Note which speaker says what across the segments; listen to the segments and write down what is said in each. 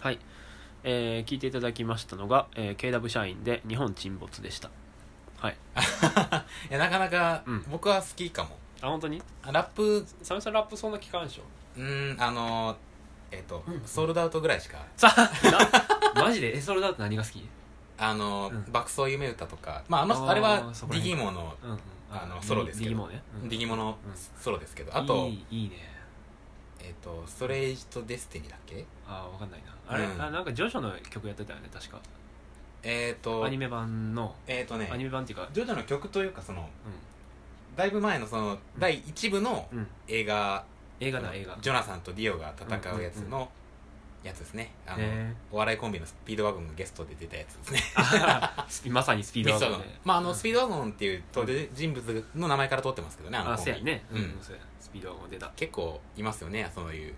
Speaker 1: はい、えー聞いていただきましたのが、えー KW 社員で日本沈没でしたはい
Speaker 2: いやなかなか
Speaker 1: うん
Speaker 2: 僕は好きかも、
Speaker 1: あ本当に
Speaker 2: あラップ
Speaker 1: サムさんラップそんな聞かんでしょ
Speaker 2: うーんあのーえっ、と、
Speaker 1: うん
Speaker 2: ソールドアウトぐらいしか
Speaker 1: さな マジでえそれだって何が好き
Speaker 2: あのー、
Speaker 1: うん
Speaker 2: 爆走夢歌とかまああの
Speaker 1: あー
Speaker 2: あれは
Speaker 1: そこ
Speaker 2: デ
Speaker 1: ら
Speaker 2: ィ
Speaker 1: 辺
Speaker 2: ギモの
Speaker 1: うん、うん、
Speaker 2: あのソロですけ
Speaker 1: ディ
Speaker 2: ど
Speaker 1: ギモね、うん
Speaker 2: ディギモの
Speaker 1: うん
Speaker 2: ソロですけど、あと
Speaker 1: いいいいね
Speaker 2: えっ、とストレイジとデスティニーだっけ
Speaker 1: あーわかんないなあれ、
Speaker 2: うん
Speaker 1: あなんかジョジョの曲やってたよね確か
Speaker 2: えっ、と
Speaker 1: アニメ版の
Speaker 2: えっ、とね
Speaker 1: アニメ版っていうか
Speaker 2: ジョジョの曲というかそのだいぶ前のその第1部の
Speaker 1: うん、うん、
Speaker 2: 映画、
Speaker 1: 映画だ映画
Speaker 2: ジョナサンとディオが戦うやつ
Speaker 1: うんうん
Speaker 2: のやつですね、あの
Speaker 1: へ
Speaker 2: お笑いコンビのスピードワゴンがゲストで出たやつですね
Speaker 1: ー スピまさにスピード
Speaker 2: ミ
Speaker 1: ア
Speaker 2: ス
Speaker 1: ップ
Speaker 2: トの、まああのスピ
Speaker 1: ー
Speaker 2: ードワゴンっていう登場人物の名前から取ってますけどねあの
Speaker 1: あ
Speaker 2: コン
Speaker 1: そ
Speaker 2: ビ
Speaker 1: うやねうん、
Speaker 2: うん
Speaker 1: そうやスピードアップ出た
Speaker 2: 結構いますよねそういう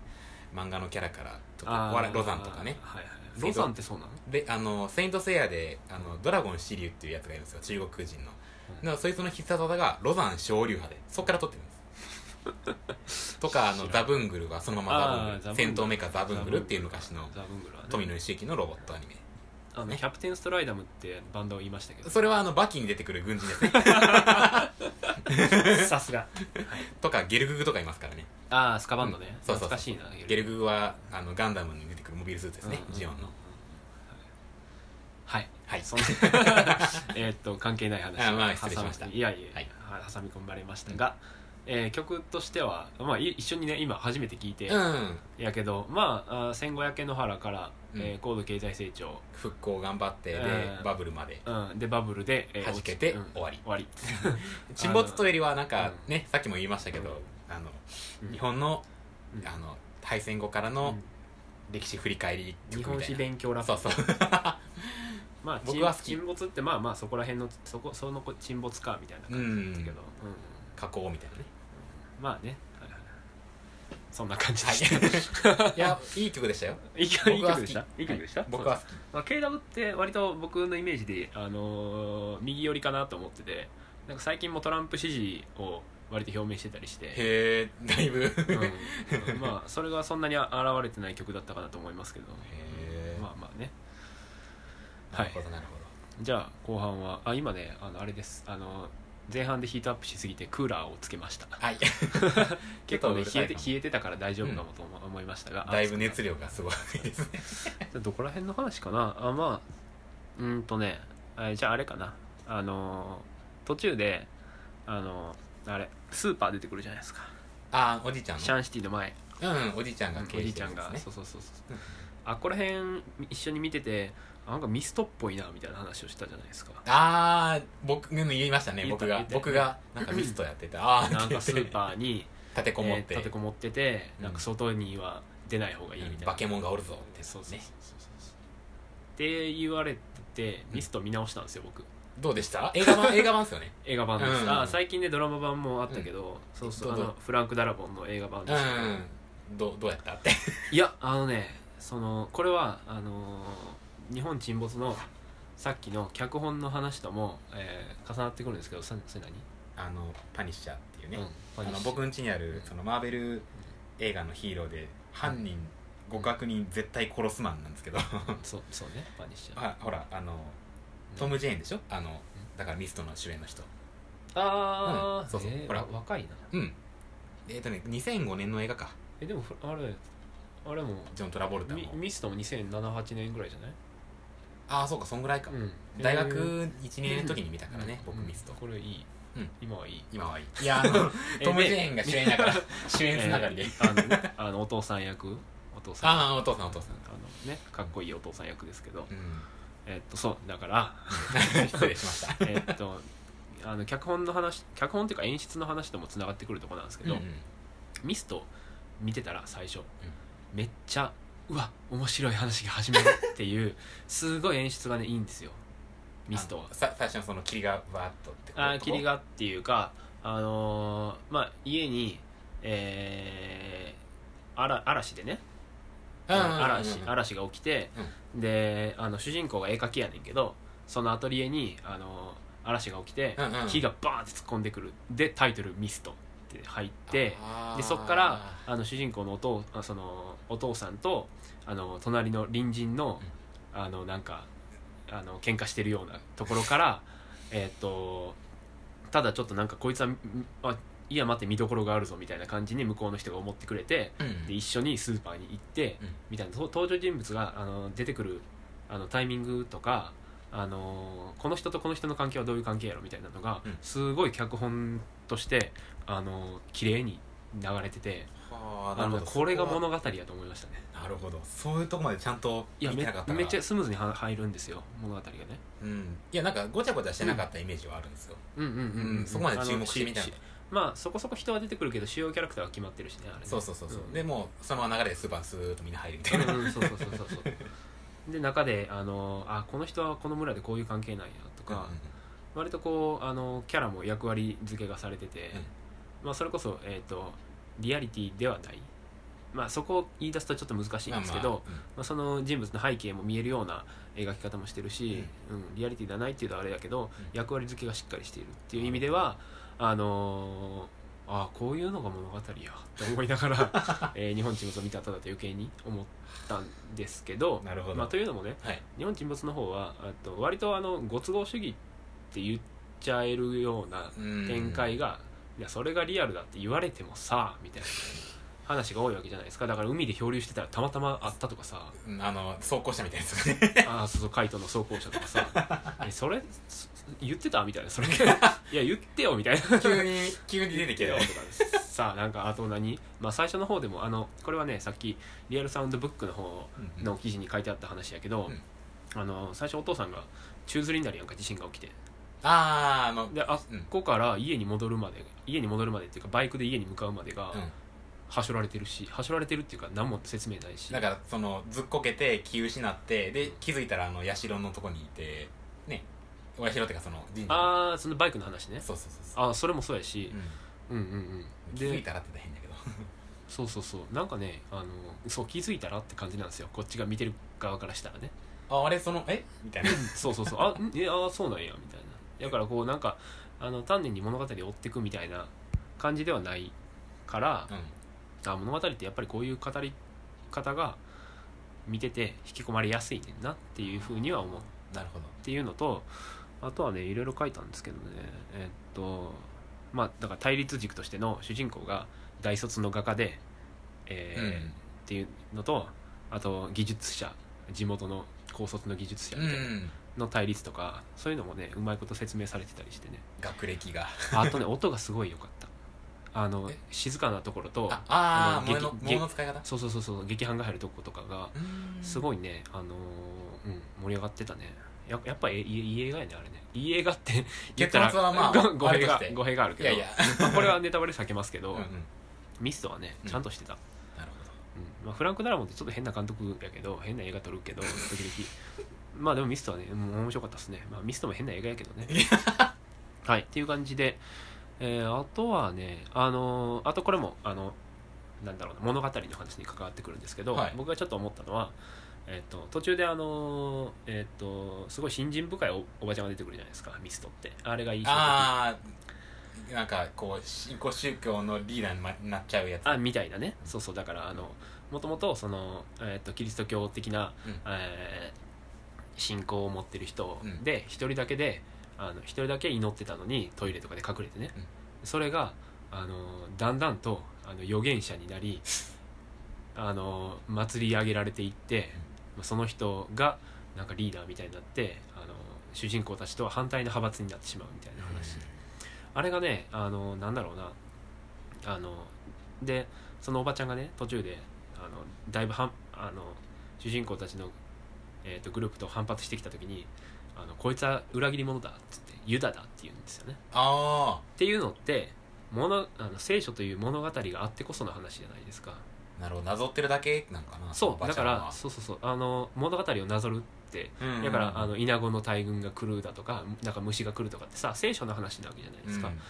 Speaker 2: 漫画のキャラからと
Speaker 1: あ
Speaker 2: か
Speaker 1: ー
Speaker 2: お笑いロザンとかね
Speaker 1: はいはい
Speaker 2: スピ
Speaker 1: ロ
Speaker 2: ード
Speaker 1: ザンってそうなの
Speaker 2: であのセイントセイヤであのドラゴン支流っていうやつがいるんですよ中国人の、
Speaker 1: うん
Speaker 2: でそいつの必殺技がロザン昇竜派でそっから取ってるんですとかあのザブングルはそのまま
Speaker 1: あー
Speaker 2: ザ
Speaker 1: ザブン
Speaker 2: ブング
Speaker 1: グル
Speaker 2: ル戦闘メカザブングルっていう昔の
Speaker 1: ザブングルはね
Speaker 2: 富野由悠季のロボットアニメ
Speaker 1: あの
Speaker 2: ね
Speaker 1: キャプテンストライダムってバンドを言いま したけど
Speaker 2: それはあのバキに出てくる軍人で すね
Speaker 1: さすが
Speaker 2: とかゲルググとかいますからね
Speaker 1: ああスカバンドね、
Speaker 2: そうそうそ
Speaker 1: 懐か
Speaker 2: う
Speaker 1: しいな
Speaker 2: ゲルググはあのガンダムに出てくるモビルスーツですね、
Speaker 1: うんうん
Speaker 2: ジオンの
Speaker 1: はい
Speaker 2: はい
Speaker 1: そん なえーっと関係ない話
Speaker 2: あまあ失礼しました
Speaker 1: 挟みいやいや、
Speaker 2: はい
Speaker 1: は挟み込まれましたが、えー曲としては、まあ、い一緒にね今初めて聞いて、
Speaker 2: うん
Speaker 1: やけどまああー1500円の原から、
Speaker 2: うん
Speaker 1: えー高度経済成長、
Speaker 2: 復興頑張ってで、
Speaker 1: うん
Speaker 2: バブルまで
Speaker 1: うん、でバブルで、えー
Speaker 2: 弾けて
Speaker 1: 落ち
Speaker 2: 終わり
Speaker 1: 終わり
Speaker 2: 沈没というよりはなんか
Speaker 1: うん
Speaker 2: ね、さっきも言いましたけど、あの日本の,、
Speaker 1: うん
Speaker 2: あの敗戦後から
Speaker 1: う
Speaker 2: の
Speaker 1: ん
Speaker 2: 歴史振り返り
Speaker 1: 日
Speaker 2: 曲
Speaker 1: 本
Speaker 2: みた
Speaker 1: 史
Speaker 2: い
Speaker 1: 勉強ラ
Speaker 2: な
Speaker 1: ップ
Speaker 2: そう そう
Speaker 1: まあ沈
Speaker 2: 僕は好き
Speaker 1: 沈没ってまあまあそこら辺のそこその子沈没かみたいな感じだったけど、うん
Speaker 2: 加工みた いなね
Speaker 1: まあね、はいはいはいそんな感じでした、
Speaker 2: はいいやいい曲でしたよ
Speaker 1: いい曲いい
Speaker 2: 僕は
Speaker 1: 曲
Speaker 2: 好
Speaker 1: で
Speaker 2: き
Speaker 1: したいい曲でした、
Speaker 2: はい僕は好き
Speaker 1: まあ、KW って割と僕のイメージで、あのー右寄りかなと思っててなんか最近もトランプ支持を割と表明してたりして、
Speaker 2: へえだいぶ、へ
Speaker 1: うんまあそれがそんなに現れてない曲だったかなと思いますけど
Speaker 2: え、
Speaker 1: まあまあね
Speaker 2: な
Speaker 1: は
Speaker 2: る
Speaker 1: い
Speaker 2: ほどなるほど
Speaker 1: じゃあ後半はあ今ねあのあれですあの前半でヒートアップしすぎてクーラーをつけました
Speaker 2: はい
Speaker 1: 結構ね冷えて
Speaker 2: ちょっとうるさいかも
Speaker 1: 冷えてたから大丈夫かもと思思いましたが、
Speaker 2: だいぶ熱量がすごいですね
Speaker 1: じゃあどこら辺の話かなあまあうーんとねあじゃああれかなあのー途中であのーあれスーパー出てくるじゃないですか
Speaker 2: ああおじいちゃん
Speaker 1: シャ
Speaker 2: の
Speaker 1: ンシティの前
Speaker 2: うんおじいちゃんが
Speaker 1: お
Speaker 2: 経営
Speaker 1: じい
Speaker 2: して
Speaker 1: ちゃ
Speaker 2: るん
Speaker 1: ん
Speaker 2: です
Speaker 1: が
Speaker 2: ね
Speaker 1: そうそうそうそう
Speaker 2: うん
Speaker 1: あこら辺一緒に見ててあなんかミストっぽいなみたいな話をしたじゃない ですか
Speaker 2: ああ僕うん言いましたね
Speaker 1: 言った
Speaker 2: 僕が
Speaker 1: 言った
Speaker 2: 僕がなんかミストやっててああ
Speaker 1: なんかスーパーに
Speaker 2: 立てこもっ
Speaker 1: えー
Speaker 2: て
Speaker 1: 立てこもってて
Speaker 2: うん
Speaker 1: なんか外には出ない方がいいみたいな、
Speaker 2: バケモンがおるぞって
Speaker 1: そうそうそう
Speaker 2: ね
Speaker 1: そうそうって言われててミスト見直したんですよ僕
Speaker 2: どうでした映画 版映画版ですよね
Speaker 1: 映画版です、
Speaker 2: うん
Speaker 1: あ最近ねドラマ版もあったけど、そうそうあ
Speaker 2: どう
Speaker 1: の
Speaker 2: ぞ
Speaker 1: フランク・ダラボンの映画版
Speaker 2: う
Speaker 1: ですけど、
Speaker 2: んどうどうやったって
Speaker 1: いやあのねそのこれはあのー日本沈没のさっきの脚本の話とも、えー重なってくるんですけどさそれ
Speaker 2: あのパニッシャーっていうね
Speaker 1: 何、うん
Speaker 2: あ
Speaker 1: パニッ
Speaker 2: の
Speaker 1: シュ
Speaker 2: 僕ん家にあるそのマーベル映画のヒーローで犯人極悪人絶対殺すマンなんですけど
Speaker 1: そうそうねパニッシャー
Speaker 2: あほらあのトム・ジェーンでしょあのだからミストの主演の人
Speaker 1: ああ、
Speaker 2: うんそうそう
Speaker 1: えー
Speaker 2: ほら
Speaker 1: わ若いな
Speaker 2: うんえっ、とね2005年の映画か
Speaker 1: えでもふあれあれも
Speaker 2: ジョン・トラボルタも
Speaker 1: ミミストも2007-8年ぐらいじゃない、
Speaker 2: ああそうかそんぐらいか、
Speaker 1: うん
Speaker 2: 大
Speaker 1: えー
Speaker 2: 学1年の時に見たからね、
Speaker 1: うん
Speaker 2: 僕ミスト、
Speaker 1: これいい、
Speaker 2: うん
Speaker 1: 今はいい
Speaker 2: 今はいいいやあ のトム・ジェ
Speaker 1: ン
Speaker 2: ーンが主演だから主演つながりで、
Speaker 1: あのねあのお父さん役お父さん
Speaker 2: ああお父さんお父さん
Speaker 1: あのねかっこいいお父さん役ですけど、
Speaker 2: うん
Speaker 1: えっとそうだから
Speaker 2: 失礼しました
Speaker 1: えっとあの脚本の話脚本っていうか演出の話ともつながってくるとこなんですけど、
Speaker 2: うんうん
Speaker 1: ミスト見てたら最初、めっちゃうわ面白い話が始まるっていうすごい演出がねいいんですよミストは
Speaker 2: あのさ最初のその霧がわーっとって
Speaker 1: あー霧
Speaker 2: が
Speaker 1: がっていうかあのーまあ家にえー、あら嵐でね、嵐嵐が起きて、であの主人公が絵描きやねんけどそのアトリエにあのー嵐が起きて、火がバーンって突っ込んでくるでタイトル「ミスト」って入ってでそっからあの主人公のお父あそのお父さんと、あの隣の隣人のあのなんかあの喧嘩してるようなところから えっとただちょっとなんかこいつはみあいや待って見どころがあるぞみたいな感じに向こうの人が思ってくれて
Speaker 2: うん
Speaker 1: で一緒にスーパーに行って
Speaker 2: うん
Speaker 1: みたいなそう登場人物があの出てくるあのタイミングとかあのこの人とこの人の関係はどういう関係やろみたいなのが、
Speaker 2: うん
Speaker 1: すごい脚本としてあの綺麗に流れてて
Speaker 2: はあな
Speaker 1: あ
Speaker 2: るほ
Speaker 1: の
Speaker 2: ど
Speaker 1: これが
Speaker 2: そは
Speaker 1: 物語やと思いましたね
Speaker 2: なるほどそういうとこまでちゃんと
Speaker 1: いや
Speaker 2: 見て
Speaker 1: め
Speaker 2: なかった
Speaker 1: めっちゃ
Speaker 2: ゃ
Speaker 1: スムーズには入るんですよ物語がね
Speaker 2: うんいやなんかごちゃごちゃしてなかったイメージはあるんですよ
Speaker 1: うんうん
Speaker 2: う
Speaker 1: うんん、うん、
Speaker 2: そこまで注
Speaker 1: あ
Speaker 2: 目
Speaker 1: の
Speaker 2: してみたい
Speaker 1: し
Speaker 2: な
Speaker 1: しまあそこそこ人は出てくるけど主要キャラクターは決まってるしねあれね
Speaker 2: そうそうそうそう
Speaker 1: うん
Speaker 2: でもうそのまま流れでスーパースーッとみんな入るみたいな
Speaker 1: うんそうそうそうそうそうで 中であのあこの人はこの村でこういう関係なんやとか、割とこうあのキャラも役割付けがされてて、まあ、それこそ、えー、とリアリティではない、まあ、そこを言い出すとちょっと難しいんですけど、まあその人物の背景も見えるような描き方もしてるし、うんリアリティではないっていうとあれだけど、
Speaker 2: うん
Speaker 1: 役割付けがしっかりしているっていう意味では、あのーああこういうのが物語やって思いなが ら、えー日本沈没を見た後だと余計に思ったんですけど
Speaker 2: なるほど
Speaker 1: まあ、というのもね
Speaker 2: はい
Speaker 1: 日本沈没の方はあと割とあのご都合主義って言っちゃえるような
Speaker 2: うん
Speaker 1: 展開が、いやそれがリアルだって言われてもさみたいな話が多いわけじゃないですかだから海で漂流してたらたまたまあったとか さ
Speaker 2: うんあの走行車みたいなや つがね
Speaker 1: ああそうそうカイトの装甲車とかさえそれそ言ってたみたいなそれいや言ってよみたいな
Speaker 2: 急に急に出てきたよ
Speaker 1: とかですさあなんかあと何、まあ、最初の方でもあのこれはねさっきリアルサウンドブックの方
Speaker 2: うん
Speaker 1: の記事に書いてあった話やけど、あの最初お父さんが宙づりになるやんか地震が起きて
Speaker 2: あああの
Speaker 1: であそ
Speaker 2: うん
Speaker 1: こから家に戻るまで家に戻るまでっていうかバイクで家に向かうまでが、
Speaker 2: うん
Speaker 1: はしょられてるしはしょられてるっていうか何も説明ないし
Speaker 2: だからそのずっこけて気失ってで気づいたらあの社のとこにいてねお社っていうかその神社の
Speaker 1: ああそのバイクの話ね
Speaker 2: そうそうそうそう
Speaker 1: ああそれもそうやし
Speaker 2: う、ん
Speaker 1: うん、うんうん
Speaker 2: 気づい
Speaker 1: で
Speaker 2: たらって言ったら
Speaker 1: そうそうそうなんかねあのそう気づいたらって感じなんですよこっちが見てる側からしたらね
Speaker 2: 変だけどああれそのえ みたいな
Speaker 1: そうそうそうあんえあーそうなんやみたいなだからこうなんかあの丹念に物語を追っていくみたいな感じではないから、
Speaker 2: う
Speaker 1: あ物語ってやっぱりこういう語り方が見てて引き込まれやすいねんなっていうふうには思うん
Speaker 2: なるほど
Speaker 1: っていうのとあとはねいろいろ書いたんですけどねえっとまあだから対立軸としての主人公が大卒の画家で、えー
Speaker 2: うん
Speaker 1: っていうのとあと技術者地元の高卒の技術者みたいな
Speaker 2: うん
Speaker 1: の対立とか、そういうのもねうまいこと説明されてたりしてね
Speaker 2: 学歴が
Speaker 1: あ とね音がすごい良かったあの
Speaker 2: え
Speaker 1: 静かなところと
Speaker 2: あ
Speaker 1: あ
Speaker 2: あー
Speaker 1: の
Speaker 2: 物の
Speaker 1: 劇
Speaker 2: 物の使い方
Speaker 1: そうそうそうそう劇伴が入るとことかがす
Speaker 2: い
Speaker 1: ごいね、あのーうん、盛り上がってたねややっぱえいいい映画やねあれねいい映画って 言ったら
Speaker 2: 結末はまあ
Speaker 1: ご語弊が
Speaker 2: あれとして
Speaker 1: 語弊があるけ
Speaker 2: い
Speaker 1: ど
Speaker 2: やいや
Speaker 1: まあこれはネタバレ避けますけ
Speaker 2: うん
Speaker 1: ど、
Speaker 2: うん
Speaker 1: ミストはねちゃんとしてた、
Speaker 2: なるほど
Speaker 1: うんまあ、フランク・ダラモンってちょっと変な監督やけど変な映画撮るけど時々 まあでもミストはねもう面白かったですね、まあ、ミストも変な映画やけど ねはいっていう感じで、えーあとはねあのーあとこれもあのなんだろうな物語の話に関わってくるんですけど、
Speaker 2: はい
Speaker 1: 僕がちょっと思ったのは、えっと途中であのーえっとすごい新人深いおおばちゃんが出てくるじゃないですかミストってあれがいい
Speaker 2: ああなんかこう新興宗教のリーダーにまなっちゃうやつ
Speaker 1: あみたいなねそうそうだからあのもともとその、えー、とキリスト教的な、
Speaker 2: うん
Speaker 1: えー信仰を持ってる人
Speaker 2: うん
Speaker 1: で一、人だけであの一人だけ祈ってたのにトイレとかで隠れてね、
Speaker 2: うん
Speaker 1: それがあのだんだんとあの預言者になりあの祭り上げられていって、その人がなんかリーダーみたいになってあの主人公たちとは反対の派閥になってしまうみたいな話、あれがねあのなんだろうなあのでそのおばちゃんがね途中であのだいぶはんあの主人公たちの、えー、とグループと反発してきた時にあの「こいつは裏切り者だ」っつって「ユダだ」って言うんですよね。
Speaker 2: あ
Speaker 1: っていうのってものあの聖書という物語があってこその話じゃないですか。
Speaker 2: あなるほどなぞってるだけなんかな
Speaker 1: そ
Speaker 2: お
Speaker 1: う
Speaker 2: ば
Speaker 1: だ
Speaker 2: ちゃ
Speaker 1: か
Speaker 2: んは
Speaker 1: らそうそうそうあの物語をなぞるって
Speaker 2: うんうん
Speaker 1: だからあのイナゴの大群が来るだとかなんか虫が来るとかってさ聖書の話なわけじゃないですか。
Speaker 2: うん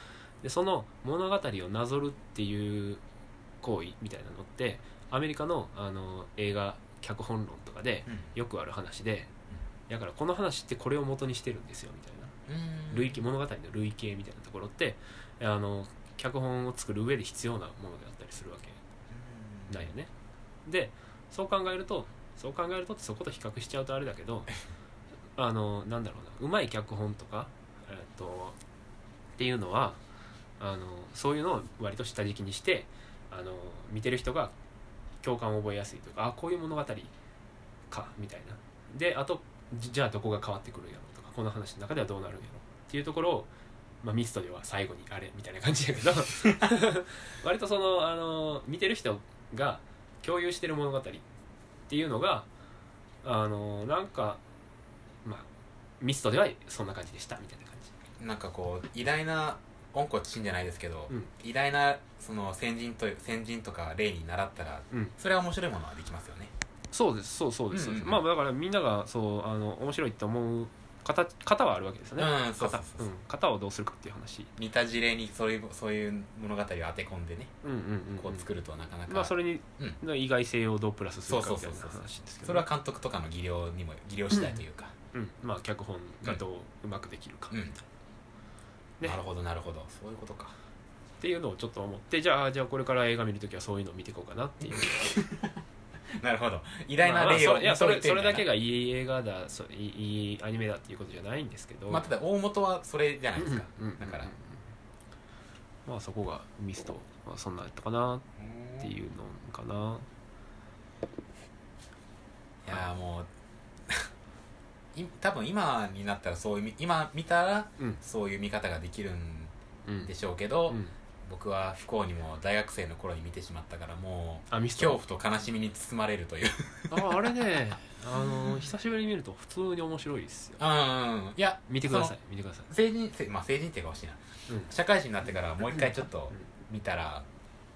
Speaker 1: でその物語をなぞるっていう行為みたいなのってアメリカのあの映画脚本論とかでよくある話でだからこの話ってこれを元にしてるんですよみたいな
Speaker 2: うん
Speaker 1: 類型物語の類型みたいなところってあの脚本を作る上で必要なものであったりするわけなんよねでそう考えるとそう考えるとそこと比較しちゃうとあれだけど あのなんだろうなうまい脚本とか、えっとっていうのはあのそういうのを割と下敷きにしてあの見てる人が共感を覚えやすいというかあこういう物語かみたいなであとじじゃあどこが変わってくるんやろうとかこの話の中ではどうなるんやろうっていうところを、まあ、ミストでは最後にあれみたいな感じやけど割とそのあの見てる人が共有してる物語っていうのがあのなんかまあミストではそんな感じでしたみたいな感じ
Speaker 2: なんかこう偉大な温故知新じゃないですけど、
Speaker 1: うん
Speaker 2: 偉大なその先人と先人とか例に習ったら、
Speaker 1: うん
Speaker 2: それは面白いものはできますよね
Speaker 1: そうですそうそうです、
Speaker 2: うんうんうん
Speaker 1: まあだからみんながそうあの面白いって思う方方はあるわけですよね、
Speaker 2: うんそうそう
Speaker 1: 型、
Speaker 2: そううん
Speaker 1: 型をどうするかっていう話
Speaker 2: 似た事例にそういうそういう物語を当て込んでね
Speaker 1: うんうんうん、
Speaker 2: こう作るとなかなか、
Speaker 1: まあそ
Speaker 2: れ
Speaker 1: れに、意外性をどうプラスするかみたいな
Speaker 2: そうそうそうそう
Speaker 1: 話ですけどね、
Speaker 2: それは監督とかの技量にも技量次第というか、
Speaker 1: うん、まあ脚本がどううまくできるか、
Speaker 2: うん
Speaker 1: ねっ
Speaker 2: なるほどなるほどそういう ことか
Speaker 1: ていうのをちょっと思ってじゃあじゃあこれから映画見るときはそういうのを見ていこうかなっていう
Speaker 2: なるほど偉
Speaker 1: まあ
Speaker 2: 大な
Speaker 1: まあ
Speaker 2: 例
Speaker 1: そ
Speaker 2: を
Speaker 1: れいやそれ
Speaker 2: 見といて
Speaker 1: それ
Speaker 2: みたいな
Speaker 1: だけがいい映画だそいいいいアニメだっていうことじゃないんですけど、
Speaker 2: まあ、ただ大元はそれじゃないですか、
Speaker 1: うんうんうんうん
Speaker 2: だから
Speaker 1: まあそこがミストはそんなんやったかなっていう
Speaker 2: い
Speaker 1: のかな
Speaker 2: やーもう い多分今になったらそういうみ今見たら
Speaker 1: うん
Speaker 2: そういう見方ができるん
Speaker 1: うん
Speaker 2: でしょうけど、
Speaker 1: うん
Speaker 2: 僕は不幸にも大学生の頃に見てしまったからもう
Speaker 1: あミス
Speaker 2: 恐
Speaker 1: ト
Speaker 2: 怖と悲しみに包まれるという
Speaker 1: ああれねあの久しぶりに見ると普通に面白いですよ
Speaker 2: うんうんうんいや
Speaker 1: 見てくださ
Speaker 2: そ
Speaker 1: い
Speaker 2: の
Speaker 1: 見てください
Speaker 2: 成人せまあ成人っていうか欲しいな
Speaker 1: うん
Speaker 2: 社会人になってからもう一回ちょっと
Speaker 1: うん
Speaker 2: 見たら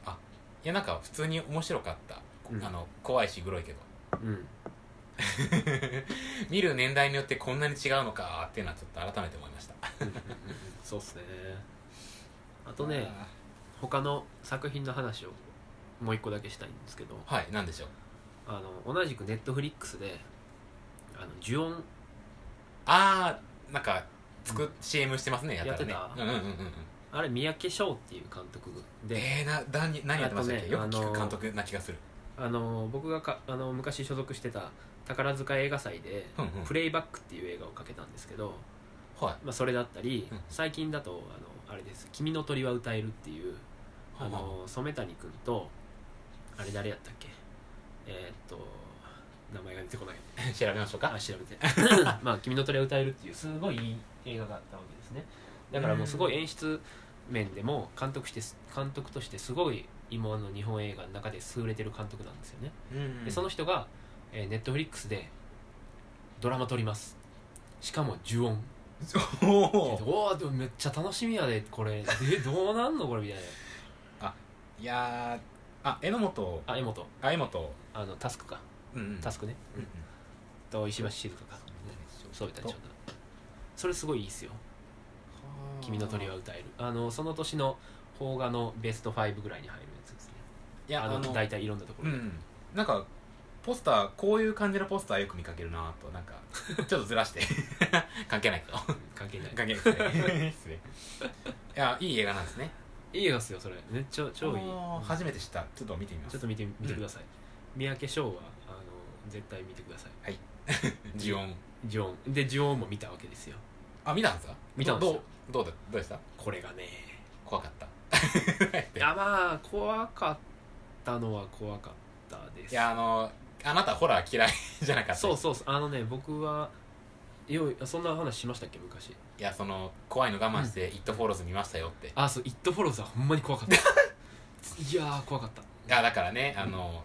Speaker 2: あいやなんか普通に面白かった、
Speaker 1: うん
Speaker 2: あの怖いしグロいけど
Speaker 1: うん
Speaker 2: 見る年代によってこんなに違うのかっていうのはちょっと改めて思いました
Speaker 1: そうっすねあとね他の作品の話をもう一個だけしたいんですけど
Speaker 2: はいなんでしょう
Speaker 1: あの同じくネットフリックスであの呪音
Speaker 2: ああなんかつく、CM してますねやったらね
Speaker 1: やってた
Speaker 2: うんうんうんうん
Speaker 1: あれ三宅翔っていう監督で
Speaker 2: えー、なだに何やってましたっけ、
Speaker 1: あとね
Speaker 2: よ
Speaker 1: あ
Speaker 2: く聞
Speaker 1: の
Speaker 2: く
Speaker 1: ー
Speaker 2: 監督な気がする、
Speaker 1: あの僕がかあの昔所属してた宝塚映画祭で
Speaker 2: うんう
Speaker 1: 「
Speaker 2: ん
Speaker 1: プレイバック」っていう映画をかけたんですけど、
Speaker 2: はい
Speaker 1: まあ、それだったり
Speaker 2: うん
Speaker 1: 最近だとあのあれです「君の鳥は歌える」っていうあの染谷君とあれ誰やったっけえーっと名前が出てこない
Speaker 2: 調べましょうか
Speaker 1: あ調べ てまあ「君の鳥は歌える」っていうすごいいい映画があったわけですねだからもうすごい演出面でも監督して監督としてすごい今の日本映画の中で優れてる監督なんですよね
Speaker 2: うん
Speaker 1: でその人が、えー、ネットフリックスでドラマ撮りますしかも呪音お
Speaker 2: おー
Speaker 1: おーでもめっちゃ楽しみやでこれえどうなんのこれみたい
Speaker 2: いやーあ榎本
Speaker 1: なあ江本
Speaker 2: あ榎本
Speaker 1: あのタスクか
Speaker 2: うんうん
Speaker 1: タスクね、
Speaker 2: うんうん
Speaker 1: と石橋静香か、ね、そういったちょうだそれすごいいいですよ「君の鳥は歌える」あのその年の邦画のベスト5ぐらいに入るやつですね
Speaker 2: いや
Speaker 1: あ
Speaker 2: あ
Speaker 1: の
Speaker 2: の
Speaker 1: 大体いろんなとこ
Speaker 2: う
Speaker 1: ろで、
Speaker 2: んなんかポスターこういう感じのポスターよく見かけるなとなんか ちょっとずらして 関 係ないけど
Speaker 1: 関係ない
Speaker 2: 関係ないですね失礼 いやいい映画なんですね
Speaker 1: いい映画っすよそれめっちゃ超いい
Speaker 2: あー初めて知ったちょっと見てみます
Speaker 1: ちょっと見て見てください、三宅翔はあの絶対見てください
Speaker 2: 呪音
Speaker 1: ジョンでジョンも見たわけですよ
Speaker 2: あ見たんですか
Speaker 1: 見たんですよ
Speaker 2: どうどうだどうでした
Speaker 1: これがね
Speaker 2: 怖かった
Speaker 1: いやまあ怖かったのは怖かったです
Speaker 2: いやあのあなたホラー嫌いじゃなかった
Speaker 1: そうそうそうあのね僕はよいそんな話しましたっけ昔
Speaker 2: いやその怖いの我慢して「イット・フォローズ」見ましたよって
Speaker 1: あそう「イット・フォローズ」はほんまに怖かった いやー怖かった
Speaker 2: いやだからねあの、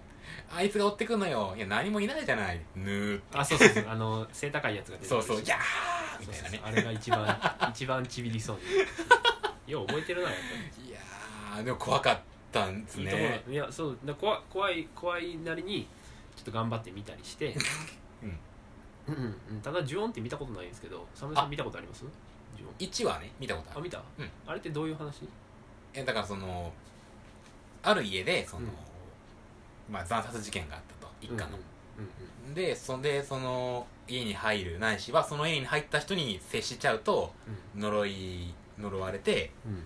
Speaker 2: あいつが追ってくんのよいや何もいないじゃないぬーって
Speaker 1: あそうそうそうあの背高いやつが出てく
Speaker 2: そう
Speaker 1: る
Speaker 2: そう「いやー」み
Speaker 1: そう
Speaker 2: た
Speaker 1: そうそ
Speaker 2: いな
Speaker 1: う
Speaker 2: ね
Speaker 1: あれが一番 一番ちびりそうによう覚えてるなやっぱり
Speaker 2: いやーでも怖かったんです
Speaker 1: いいところ
Speaker 2: ね
Speaker 1: いやそうだ怖怖い怖いなりにちょっと頑張って見たりして、
Speaker 2: うん
Speaker 1: うんうんうん、ただ呪音って見たことないんですけどサムさん見たことあります呪音
Speaker 2: 1話ね見たことあ
Speaker 1: あ
Speaker 2: る
Speaker 1: 見た、
Speaker 2: うん
Speaker 1: あれってどういう話
Speaker 2: えだからそのある家でその、
Speaker 1: うん
Speaker 2: まあ惨殺事件があったと一家の、
Speaker 1: うん
Speaker 2: でそんでその家に入るないしはその家に入った人に接しちゃうと
Speaker 1: うん
Speaker 2: 呪い呪われて
Speaker 1: うんうん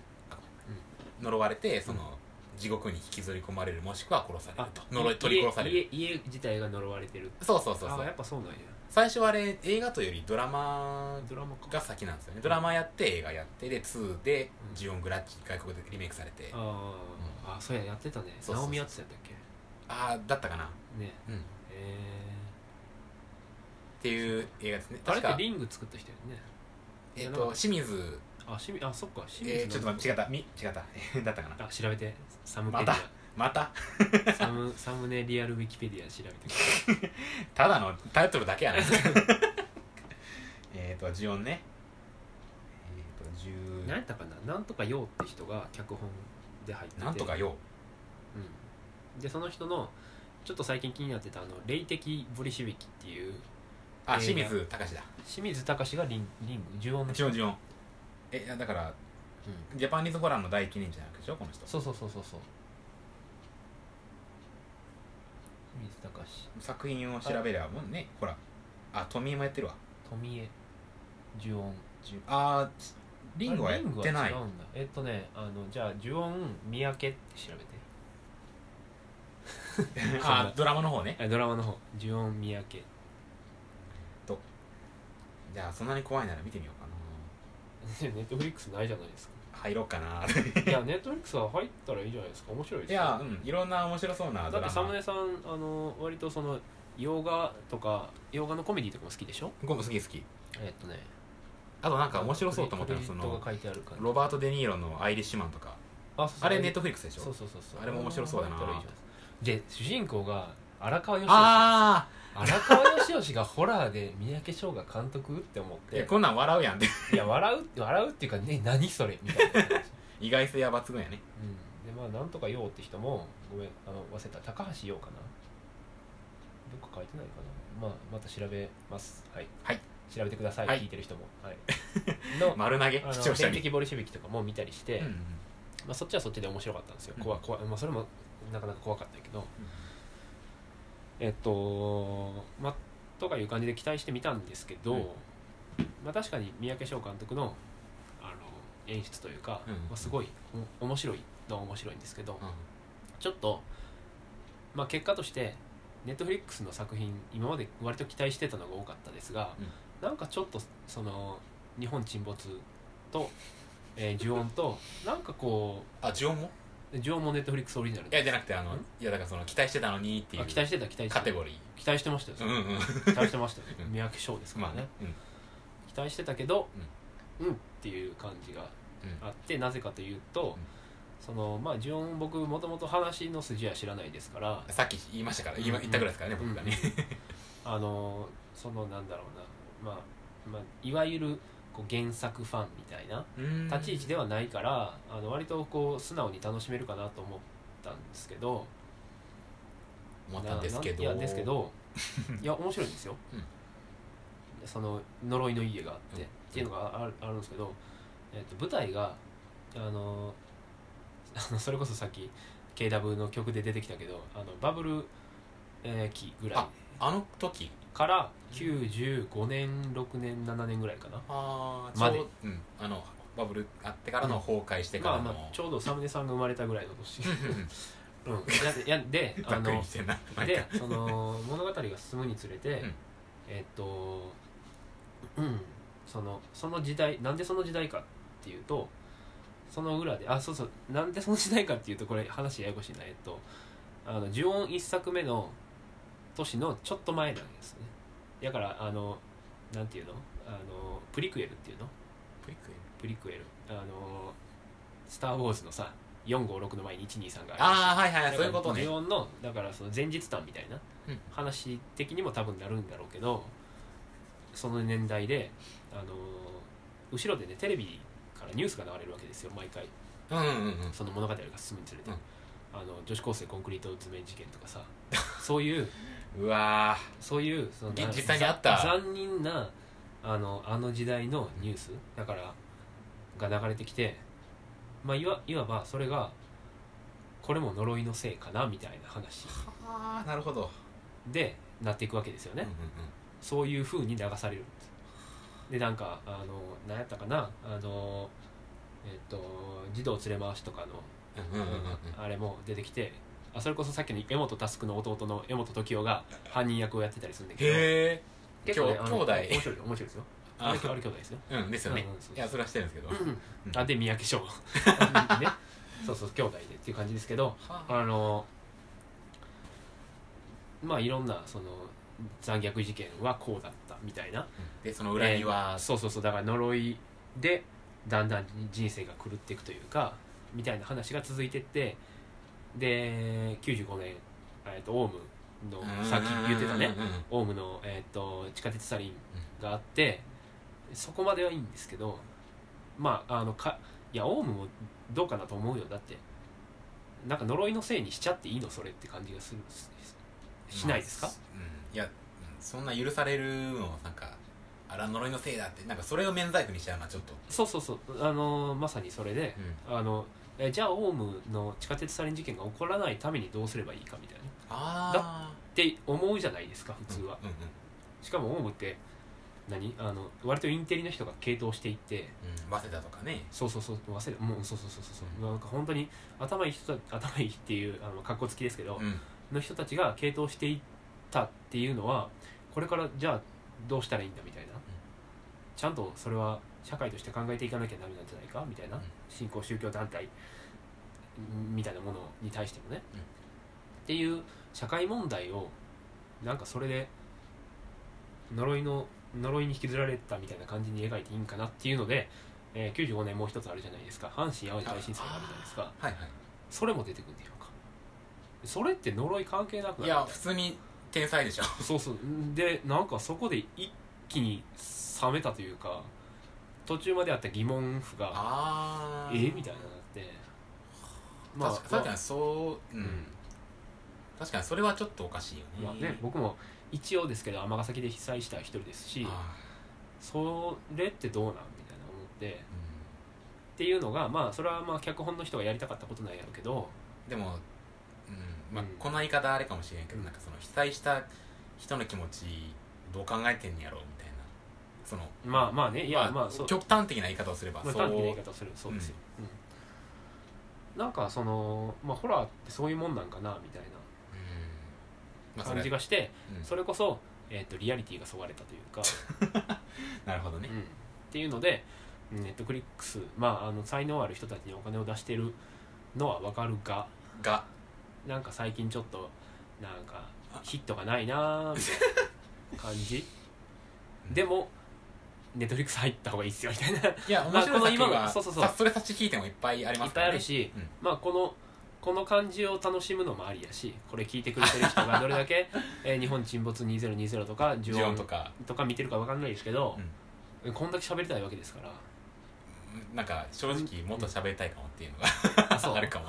Speaker 2: 呪われてその、地獄に引きずり込まれるもしくは殺さ
Speaker 1: あ
Speaker 2: れると呪い取り殺される
Speaker 1: 家家家自体が呪われてる
Speaker 2: そうそうそうそ
Speaker 1: あや
Speaker 2: う
Speaker 1: っぱそうなんや
Speaker 2: 最初はあれ映画というよりドラマ
Speaker 1: ドラマか
Speaker 2: が先なんですよねドラマやって映画やってで2でジオン・グラッチ外国でリメイクされてあ
Speaker 1: あー、あそうややってたね
Speaker 2: そうそうそう
Speaker 1: ナオミやってたんだっ
Speaker 2: あーだったかな
Speaker 1: けね
Speaker 2: うんっ
Speaker 1: え
Speaker 2: ていう映画ですね
Speaker 1: ー、あれ
Speaker 2: 確
Speaker 1: っ
Speaker 2: か
Speaker 1: てリング作った人やんね
Speaker 2: えっと清水
Speaker 1: あしみあそっか清水の、
Speaker 2: えーちょっと待って違ったみ違った だったかな
Speaker 1: あ調べてサムペ
Speaker 2: ま
Speaker 1: デ
Speaker 2: た
Speaker 1: ィ
Speaker 2: また
Speaker 1: アサムサムネリアルウィキペディア調べてください
Speaker 2: ただのタイトルだけやない ですかえっとジオンねえっ、と
Speaker 1: 何やったかななんとかようって人が脚本で入ってて
Speaker 2: 10なんとかよ
Speaker 1: うん、でその人のちょっと最近気になってたあの「霊的ボリシビキ」っていう
Speaker 2: あ
Speaker 1: 映画
Speaker 2: 清水隆だ
Speaker 1: 清水隆がリンリング呪音の
Speaker 2: ジ
Speaker 1: 人、う
Speaker 2: オ
Speaker 1: ん
Speaker 2: ンジオンえいやだからジャパニーズホラーの第一人者なんでしょこの人
Speaker 1: そうそうそうそうそう清水隆
Speaker 2: 作品を調べればもうねほらあトミーもやってるわ
Speaker 1: 富江呪音
Speaker 2: ジあーリングはや
Speaker 1: あ
Speaker 2: ってない
Speaker 1: 違うんだえっとねあのじゃあ呪音三宅って調べて
Speaker 2: あドラマの方ね
Speaker 1: えドラマの方呪音三宅
Speaker 2: じゃあそんなに怖いなら見てみようかな
Speaker 1: ネットフリックスないじゃないですか
Speaker 2: 入ろうかな
Speaker 1: いやネットフリックスは入ったらいいじゃないですか面白いです
Speaker 2: い
Speaker 1: よ
Speaker 2: やうんいろんな面白そうな
Speaker 1: だ
Speaker 2: ド
Speaker 1: って
Speaker 2: ラ
Speaker 1: サム
Speaker 2: マ
Speaker 1: ネさんあの割とその洋画とか洋画のコメディとかも好きでしょ
Speaker 2: ゴム好き好き
Speaker 1: えっとね
Speaker 2: あとなんか面白そうと思ったの
Speaker 1: クレ
Speaker 2: そ
Speaker 1: ジット
Speaker 2: の
Speaker 1: が書いてあるから
Speaker 2: ロバート・デ・ニーロの「アイリッシュマン」とか
Speaker 1: あそうそう
Speaker 2: あれネットフリックスでし
Speaker 1: そう
Speaker 2: ょ
Speaker 1: そうそうそう
Speaker 2: あれも面白そうだな
Speaker 1: あれも入ったらいいじゃないですかで主人公が荒川よし
Speaker 2: あ
Speaker 1: 荒川よしよしがホラーで三宅翔が監督って思っ
Speaker 2: あ
Speaker 1: て
Speaker 2: こんなん笑うやんで
Speaker 1: いや笑う笑うっていうかね何それみたいな感じ、うん、で
Speaker 2: 意外性は抜群やね
Speaker 1: まあなんとかようって人もごめんあの忘れた高橋ようかなどっか書いてないかなまあまた調べますはい、
Speaker 2: はい
Speaker 1: 調べてください、
Speaker 2: はい
Speaker 1: 聞いてる人もはい の
Speaker 2: 丸投げ
Speaker 1: あ
Speaker 2: 視
Speaker 1: の
Speaker 2: 聴者
Speaker 1: 天
Speaker 2: に
Speaker 1: 敵ボリシビキとかも見たりして、
Speaker 2: うんうん
Speaker 1: まあ、そっちはそっちで面白かったんですよ、
Speaker 2: うん
Speaker 1: 怖い怖いまあ、それもなかなか怖かったけどえっとまあとかいう感じで期待してみたんですけど、
Speaker 2: うん
Speaker 1: まあ、確かに三宅翔監督のあの演出というか、
Speaker 2: うん
Speaker 1: まあ、すごいお面白いのは面白いんですけど、
Speaker 2: うん
Speaker 1: ちょっと、まあ、結果としてネットフリックスの作品今まで割と期待してたのが多かったですが、なんかちょっとその日本沈没と、えー、呪音となんかこ
Speaker 2: あジオンも
Speaker 1: う呪音もネットフリックスオリジナル
Speaker 2: いやじゃなくてあ
Speaker 1: ん
Speaker 2: のいやだからその期待してたのにってい
Speaker 1: あ
Speaker 2: う
Speaker 1: 期待してた期待して
Speaker 2: カ
Speaker 1: た
Speaker 2: テゴリ
Speaker 1: 期待してましたよ
Speaker 2: ー、うんうん
Speaker 1: 期待してましたよ
Speaker 2: うん
Speaker 1: 三宅翔ですか
Speaker 2: ま
Speaker 1: ら
Speaker 2: あ
Speaker 1: ね
Speaker 2: ね、うん
Speaker 1: 期待してたけどうん、っていう感じが
Speaker 2: うん
Speaker 1: あってなぜかというと、
Speaker 2: うん
Speaker 1: そのまあ呪音僕もともと話の筋は知らないですから
Speaker 2: さっき言いましたから今言ったぐらいですからね僕がね
Speaker 1: あのそのなんだろうな、まあまあ、いわゆるこう原作ファンみたいな立ち位置ではないからあの割とこう素直に楽しめるかなと思ったんですけど
Speaker 2: 思ったんですけど
Speaker 1: なないやですけ どいや面白いんですよ、
Speaker 2: うん
Speaker 1: その呪いの家があって、
Speaker 2: うん
Speaker 1: っていうのがあるあるんですけど、えっと舞台があの あのそれこそさっき KW の曲で出てきたけどあのバブル、えー期ぐらい
Speaker 2: あの時
Speaker 1: から95年6年7年ぐらいかな
Speaker 2: あー
Speaker 1: まで
Speaker 2: ちょうどうんあのバブルあってからの崩壊してか
Speaker 1: まあ
Speaker 2: ら
Speaker 1: ま
Speaker 2: の
Speaker 1: あちょうどサムネさんが生まれたぐらいの 年
Speaker 2: うん
Speaker 1: うんいやいやで
Speaker 2: ざ
Speaker 1: あ
Speaker 2: っくり
Speaker 1: の
Speaker 2: してんな毎
Speaker 1: で
Speaker 2: 回
Speaker 1: その物語が進むにつれて、
Speaker 2: うん
Speaker 1: えっとうんそのその時代なんでその時代かっていうとその裏であそうそうなんでその時代かっていうとこれ話ややこしいなえっとあの呪音一作目の年のちょっと前なんですねだからあのなんていうのあのプリクエルっていうの
Speaker 2: プリクエル
Speaker 1: プリクエルあのスター・ウォーズのさ456の前に123がある
Speaker 2: ああはいはいはいそういうことね
Speaker 1: ジオンのだからその前日談みたいな
Speaker 2: うん
Speaker 1: 話的にも多分なるんだろうけどその年代で、あのー後ろでねテレビからニュースが流れるわけですよ毎回
Speaker 2: うんうんうんうん
Speaker 1: その物語が進むにつれて、
Speaker 2: うん
Speaker 1: あの女子高生コンクリート詰め事件とかさそういう
Speaker 2: うわ
Speaker 1: そういうその
Speaker 2: 現実際にあった
Speaker 1: ざ残忍なあのあの時代のニュースだからが流れてきて、まあ、いわいわばそれがこれも呪いのせいかなみたいな話
Speaker 2: ーはあなるほど
Speaker 1: でなっていくわけですよね、
Speaker 2: うんうん
Speaker 1: そういう風に流されるんですでなんかあの何やったかなあのえっと児童連れ回しとかの
Speaker 2: うんうんうんうん
Speaker 1: あれも出てきてあそれこそさっきの柄本佑の弟の柄本時生 が犯人役をやってたりするんだけど
Speaker 2: へえ
Speaker 1: 結構、ね、
Speaker 2: 兄
Speaker 1: あの
Speaker 2: 弟
Speaker 1: 面白い面白いですよあれあれ兄弟ですよ、
Speaker 2: うんですよね
Speaker 1: うんうんそうそう
Speaker 2: いやそれはしてるんですけど
Speaker 1: あで三宅 翔ねそうそう兄弟でっていう感じですけど
Speaker 2: は
Speaker 1: あのまあいろんなその残虐事件はこうだったみたいな
Speaker 2: でその裏には
Speaker 1: あそうそうそうだから呪いでだんだん人生が狂っていくというかみたいな話が続いてってで95年、えっとオウムのさっき言ってたね
Speaker 2: うんうんうん
Speaker 1: オウムの、えっと地下鉄サリンがあってそこまではいいんですけどまああのかいやオウムもどうかなと思うよだってなんか呪いのせいにしちゃっていいのそれって感じがするししないですか、
Speaker 2: まあうん、いやうんそんな許されるのはなんかあら呪いのせいだってなんかそれを免罪符にしちゃうのはちょっと、
Speaker 1: そうそうそうあのまさにそれで、あのえじゃあオウムの地下鉄サリン事件が起こらないためにどうすればいいかみたいなっ
Speaker 2: あ
Speaker 1: て思うじゃないですか普
Speaker 2: あ
Speaker 1: 通は、
Speaker 2: うんうん
Speaker 1: しかもオウムって何あの割とインテリの人が傾倒していって
Speaker 2: うん早稲田とかね
Speaker 1: そうそうそう忘れもうそうそうそうそうそうなんか本当に頭いい人た頭いいっていうあの格好つきですけど、
Speaker 2: うん
Speaker 1: の人たちが傾倒していったっていうのはこれからじゃあどうしたらいいんだみたいな、ちゃんとそれは社会として考えていかなきゃダメなんじゃないかみたいな、
Speaker 2: うん
Speaker 1: 新興宗教団体みたいなものに対してもね、
Speaker 2: うん
Speaker 1: っていう社会問題をなんかそれで呪いの呪いに引きずられたみたいな感じに描いていいんかなっていうので、えー95年もう一つあるじゃないですか阪神・淡路大震災があるじゃないですか
Speaker 2: はいは
Speaker 1: それも出てくるんでしょうかそれって呪い関係なく
Speaker 2: い
Speaker 1: ないい
Speaker 2: や普通に天才でしょ
Speaker 1: そうそうんでなんかそこで一気に冷めたというか途中まであった疑問符が
Speaker 2: ああ
Speaker 1: えみたいなのがあってまあ
Speaker 2: 確か確かにそう、うん
Speaker 1: うん
Speaker 2: 確かにそれはちょっとおかしいよね,、
Speaker 1: まあね僕も一応ですけど尼崎で被災した一人ですし
Speaker 2: あ
Speaker 1: それってどうなんみたいな思って
Speaker 2: ー
Speaker 1: っていうのがまあそれはまあ脚本の人がやりたかったことなんやろうけど
Speaker 2: うんでも、うんまあ
Speaker 1: うん
Speaker 2: この言い方あれかもしれんけど、
Speaker 1: うん
Speaker 2: なんかその被災した人の気持ちどう考えてんやろうみたいなその
Speaker 1: まあまあねい
Speaker 2: い
Speaker 1: やまあそう
Speaker 2: 極端的な言い方をすれば、
Speaker 1: まあ、
Speaker 2: そう
Speaker 1: 短期の言い方をするそうですよ、うんなんかその、まあ、ホラーってそういうもんなんかなみたい
Speaker 2: うんま
Speaker 1: な
Speaker 2: あそ
Speaker 1: 感
Speaker 2: れ
Speaker 1: じがして、
Speaker 2: うん
Speaker 1: それこそ、えっとリアリティがそがれたというか、
Speaker 2: なるほど
Speaker 1: う
Speaker 2: ね
Speaker 1: ん、っていうのでネットクリックス、まあ、あの才能ある人たちにお金を出してるのはわかるが
Speaker 2: が
Speaker 1: なんか最近ちょっとなんかヒットがないなーみたいな感じ でもネットフリックス入った方がいいっすよみたいないっ
Speaker 2: いや
Speaker 1: ま
Speaker 2: 面
Speaker 1: あこ
Speaker 2: 白い作
Speaker 1: の
Speaker 2: 品
Speaker 1: 今
Speaker 2: は
Speaker 1: の
Speaker 2: さ
Speaker 1: そうそうそう
Speaker 2: それ差し引いてもいっぱいありますか
Speaker 1: ぱい
Speaker 2: ら
Speaker 1: あ
Speaker 2: ね
Speaker 1: るし、
Speaker 2: うん
Speaker 1: まあこのこの感じを楽しむのもありやしこれ聞いてくれてる人がどれだ け、えー日本沈没2020とか
Speaker 2: ジ
Speaker 1: 呪
Speaker 2: オ
Speaker 1: 音
Speaker 2: ンとか
Speaker 1: とか見てるかわかんないですけど、こんだけ喋りたいわけですから
Speaker 2: なんか正直もっと喋りたいかもっていうのが
Speaker 1: あ そう
Speaker 2: あるかも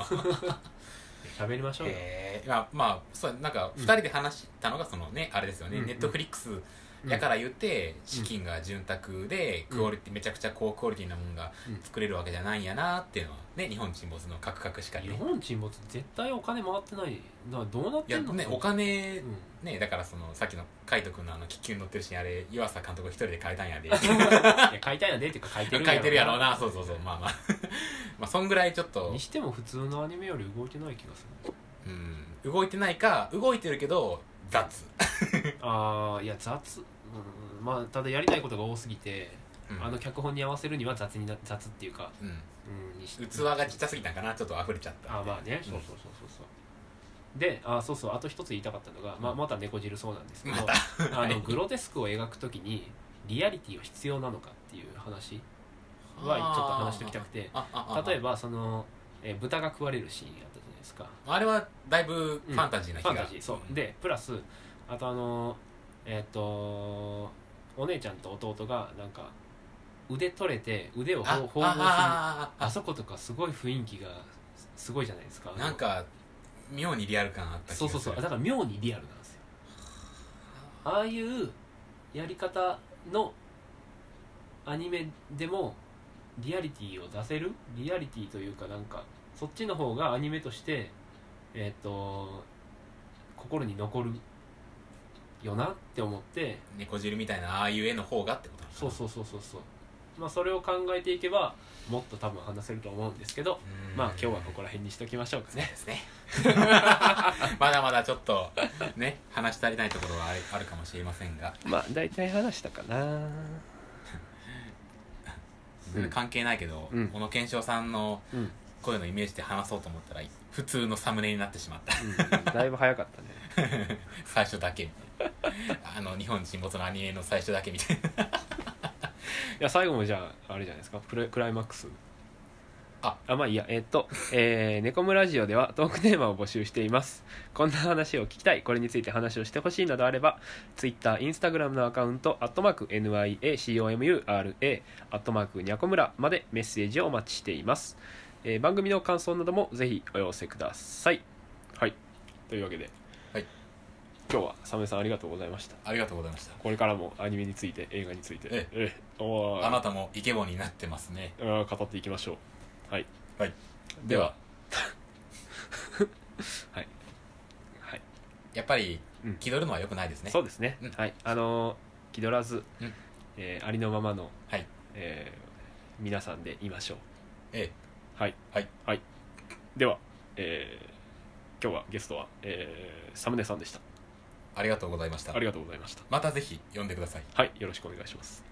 Speaker 1: 喋りましょうよ、
Speaker 2: えーまあまあそうなんか2人で話したのがそのねあれですよね
Speaker 1: うん
Speaker 2: ネットフリックス
Speaker 1: うん
Speaker 2: やから言って資金が潤沢で
Speaker 1: うん
Speaker 2: クオリティめちゃくちゃ高クオリティなものが
Speaker 1: うん
Speaker 2: 作れるわけじゃないんやなっていうのはね日本沈没のカクカクしかり
Speaker 1: 日
Speaker 2: ね
Speaker 1: 本沈没絶対お金回ってないなどうなっ
Speaker 2: い
Speaker 1: て
Speaker 2: や
Speaker 1: んの
Speaker 2: ねお金
Speaker 1: うん
Speaker 2: ねだからそのさっきの海斗君のあの気球に乗ってるシーンあれ湯浅監督一人で書いたんやで書
Speaker 1: いや買いたいなでっていうか買いてるん
Speaker 2: いてるやろうなそうそうそうまあまあ まあそんぐらいちょっと
Speaker 1: に、しても普通のアニメより動いてない気がする
Speaker 2: うん、動いてないか動いてるけど雑、
Speaker 1: ああいや雑、うん、まあただやりたいことが多すぎて、
Speaker 2: うん、
Speaker 1: あの脚本に合わせるには雑にな雑っていうか、
Speaker 2: うん、
Speaker 1: うん、にし
Speaker 2: 器がちっちゃすぎたんかなちょっと溢れちゃった
Speaker 1: あまあねそうそうそうそうそうであそうそうあと一つ言いたかったのが、まあ、また猫汁そうなんですけど、
Speaker 2: また
Speaker 1: あ
Speaker 2: は
Speaker 1: の
Speaker 2: い
Speaker 1: グロテスクを描くときにリアリティは必要なのかっていう話は
Speaker 2: あー
Speaker 1: ちょっと話しておきたくて
Speaker 2: あああ
Speaker 1: 例えばその、えー豚が食われるシーンあったじゃないですか
Speaker 2: あれはだいぶファンタジーな気
Speaker 1: フ
Speaker 2: が、
Speaker 1: ァンタジーそう、でプラスあとあのえっ、とお姉ちゃんと弟がなんか腕取れて腕を
Speaker 2: あ
Speaker 1: ほ
Speaker 2: あ
Speaker 1: 縫するあ
Speaker 2: あああ
Speaker 1: そことかすごい雰囲気がすすごいじゃないですか
Speaker 2: あなんか妙にリアル感あった気
Speaker 1: そ
Speaker 2: が
Speaker 1: う
Speaker 2: す
Speaker 1: そ
Speaker 2: る
Speaker 1: うそうだから妙にリアルなんですよああいうやり方のアニメでもリアリティを出せるリアリティというかなんかそっちの方がアニメとしてえっ、と心に残るよなって思って
Speaker 2: 猫汁みたいなああいう絵の方がってことなのかな
Speaker 1: そうそうそうそうそうまあ、それを考えていけばもっと多分話せると思うんですけどまあ今日はここら辺にしときましょうかね
Speaker 2: ですね まだまだちょっとね話し足りないところはありあるかもしれませんが、
Speaker 1: まあ大体話したかなうん
Speaker 2: 関係ないけど、
Speaker 1: うん
Speaker 2: 小野賢章さんの
Speaker 1: うん、うん、
Speaker 2: 声のイメージで話そうと思ったら普通のサムネになってしまった
Speaker 1: だいぶ早かったね
Speaker 2: 最初だけみたいなあの日本沈没のアニメの最初だけみたいない
Speaker 1: や最後もじゃああれじゃないですかプレクライマックス
Speaker 2: あ
Speaker 1: まあいいやえっと 「えー、ネコムラジオ」ではトークテーマを募集していますこんな話を聞きたいこれについて話をしてほしいなどあれば TwitterInstagram のアカウント「#NYACOMURA」「ニャコムラ」までメッセージをお待ちしています、えー番組の感想などもぜひお寄せくださいはいというわけで、
Speaker 2: はい
Speaker 1: 今日はサメさんありがとうございました
Speaker 2: ありがとうございました
Speaker 1: これからもアニメについて映画について
Speaker 2: え
Speaker 1: ええおー
Speaker 2: あなたもイケボになってますね
Speaker 1: あー語っていきましょうはい
Speaker 2: はい
Speaker 1: で
Speaker 2: で
Speaker 1: は
Speaker 2: は
Speaker 1: はい、はい
Speaker 2: やっぱり
Speaker 1: うん
Speaker 2: 気取るのは良くないですね
Speaker 1: そうですね、
Speaker 2: うん
Speaker 1: はいあのー気取らず、
Speaker 2: うん
Speaker 1: えーありのままの、
Speaker 2: はい
Speaker 1: えー皆さんで言いましょう
Speaker 2: え
Speaker 1: はい
Speaker 2: はい、
Speaker 1: はい、では、えー今日はゲストは、えーサムネさんでした
Speaker 2: えありがとうございました
Speaker 1: ありがとうございました
Speaker 2: またぜひ呼んでください
Speaker 1: はいよろしくお願いします